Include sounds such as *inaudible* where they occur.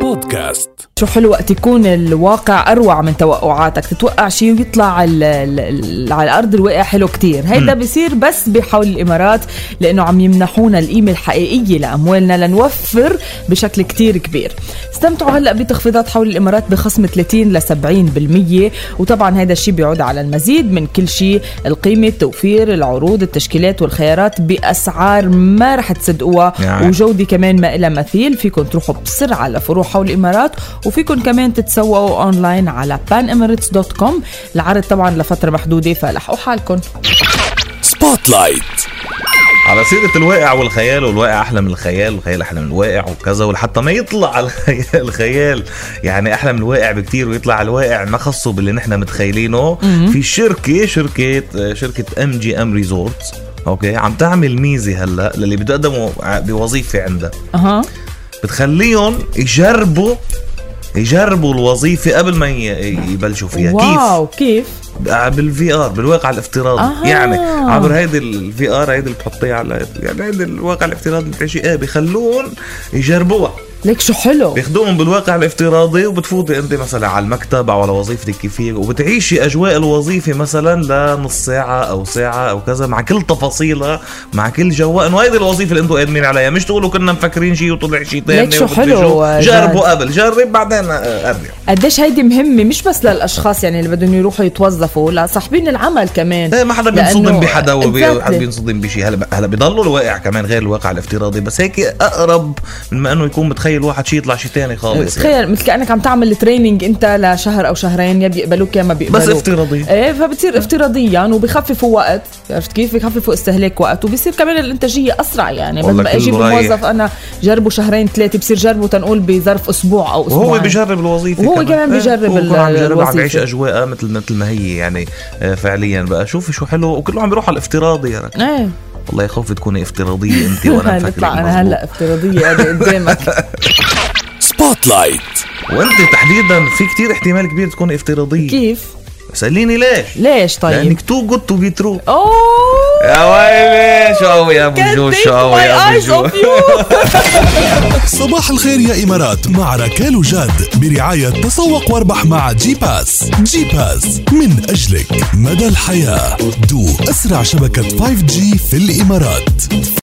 بودكاست شو حلو وقت يكون الواقع اروع من توقعاتك تتوقع شيء ويطلع ال- ال- ال- على الارض الواقع حلو كتير هيدا بيصير بس بحول الامارات لانه عم يمنحونا القيمه الحقيقيه لاموالنا لنوفر بشكل كتير كبير استمتعوا هلا بتخفيضات حول الامارات بخصم 30 ل 70% وطبعا هذا الشيء بيعود على المزيد من كل شيء القيمه التوفير العروض التشكيلات والخيارات باسعار ما رح تصدقوها يعني. وجودة كمان ما إلها مثيل فيكم تروحوا بسرعة لفروع حول الإمارات وفيكم كمان تتسوقوا أونلاين على panemirates.com العرض طبعا لفترة محدودة فلحقوا حالكم سبوت لايت على سيرة الواقع والخيال والواقع أحلى من الخيال والخيال أحلى من الواقع وكذا ولحتى ما يطلع الخيال, الخيال يعني أحلى من الواقع بكتير ويطلع الواقع ما خصه باللي نحن متخيلينه في شركة شركة شركة ام جي ام ريزورتس اوكي عم تعمل ميزه هلا للي بده يقدموا ع- بوظيفه عندها أها بتخليهم يجربوا يجربوا الوظيفه قبل ما ي- يبلشوا فيها كيف واو كيف بالفي ار آه، بالواقع الافتراضي آها. آه. يعني عبر هيدي الفي ار هيدي اللي بتحطيها على يعني هيدي الواقع الافتراضي بتعيشي ايه بخلون يجربوها ليك شو حلو بياخدوهم بالواقع الافتراضي وبتفوتي انت مثلا على المكتب او على وظيفتك كيفية وبتعيشي اجواء الوظيفه مثلا لنص ساعه او ساعه او كذا مع كل تفاصيلها مع كل جوا انه هيدي الوظيفه اللي انتم قادمين عليها مش تقولوا كنا مفكرين شيء وطلع شيء ثاني ليك شو حلو، آه، جربوا قبل جرب بعدين آه، ارجع قديش هيدي مهمة مش بس للأشخاص يعني اللي بدهم يروحوا يتوظفوا لصاحبين العمل كمان ايه ما حدا لأنه- بينصدم بحدا Exactly. وحدا بينصدم بشيء هلا هلا بضلوا الواقع كمان غير الواقع الافتراضي بس هيك اقرب من ما انه يكون متخيل واحد شيء يطلع شيء ثاني خالص يعني. تخيل مثل كانك عم تعمل تريننج انت لشهر او شهرين يا بيقبلوك يا ما بيقبلوك بس افتراضي ايه فبتصير افتراضيا وبخففوا وقت عرفت كيف بخففوا استهلاك وقت وبصير كمان الانتاجيه اسرع يعني بدل والله ما اجيب كله رايح. موظف انا جربه شهرين ثلاثه بصير جربه تنقول بظرف اسبوع او اسبوعين وهو بيجرب الوظيفه وهو كمان إيه، بيجرب هو كمان عم بيجرب عم الوظيفة. بيعيش اجواءها مثل مثل ما هي يعني آه، فعليا بقى شوفي شو حلو وكله عم بيروح على الافتراضي يا رك ايه الله يخوف تكوني *laughs* افتراضيه انت وانا مفكر هنطلع انا هلا افتراضيه هذه *laughs* قدامك سبوت لايت وانت تحديدا في كتير احتمال كبير تكوني افتراضيه كيف؟ سأليني ليش؟ ليش طيب؟ لانك تو جود تو بي ترو اوه يا ويلي شو قوي يا ابو جو شو قوي يا ابو oh, جو *laughs* صباح الخير يا إمارات مع ركال وجاد برعاية تسوق واربح مع جي باس جي باس من أجلك مدى الحياة دو أسرع شبكة 5G في الإمارات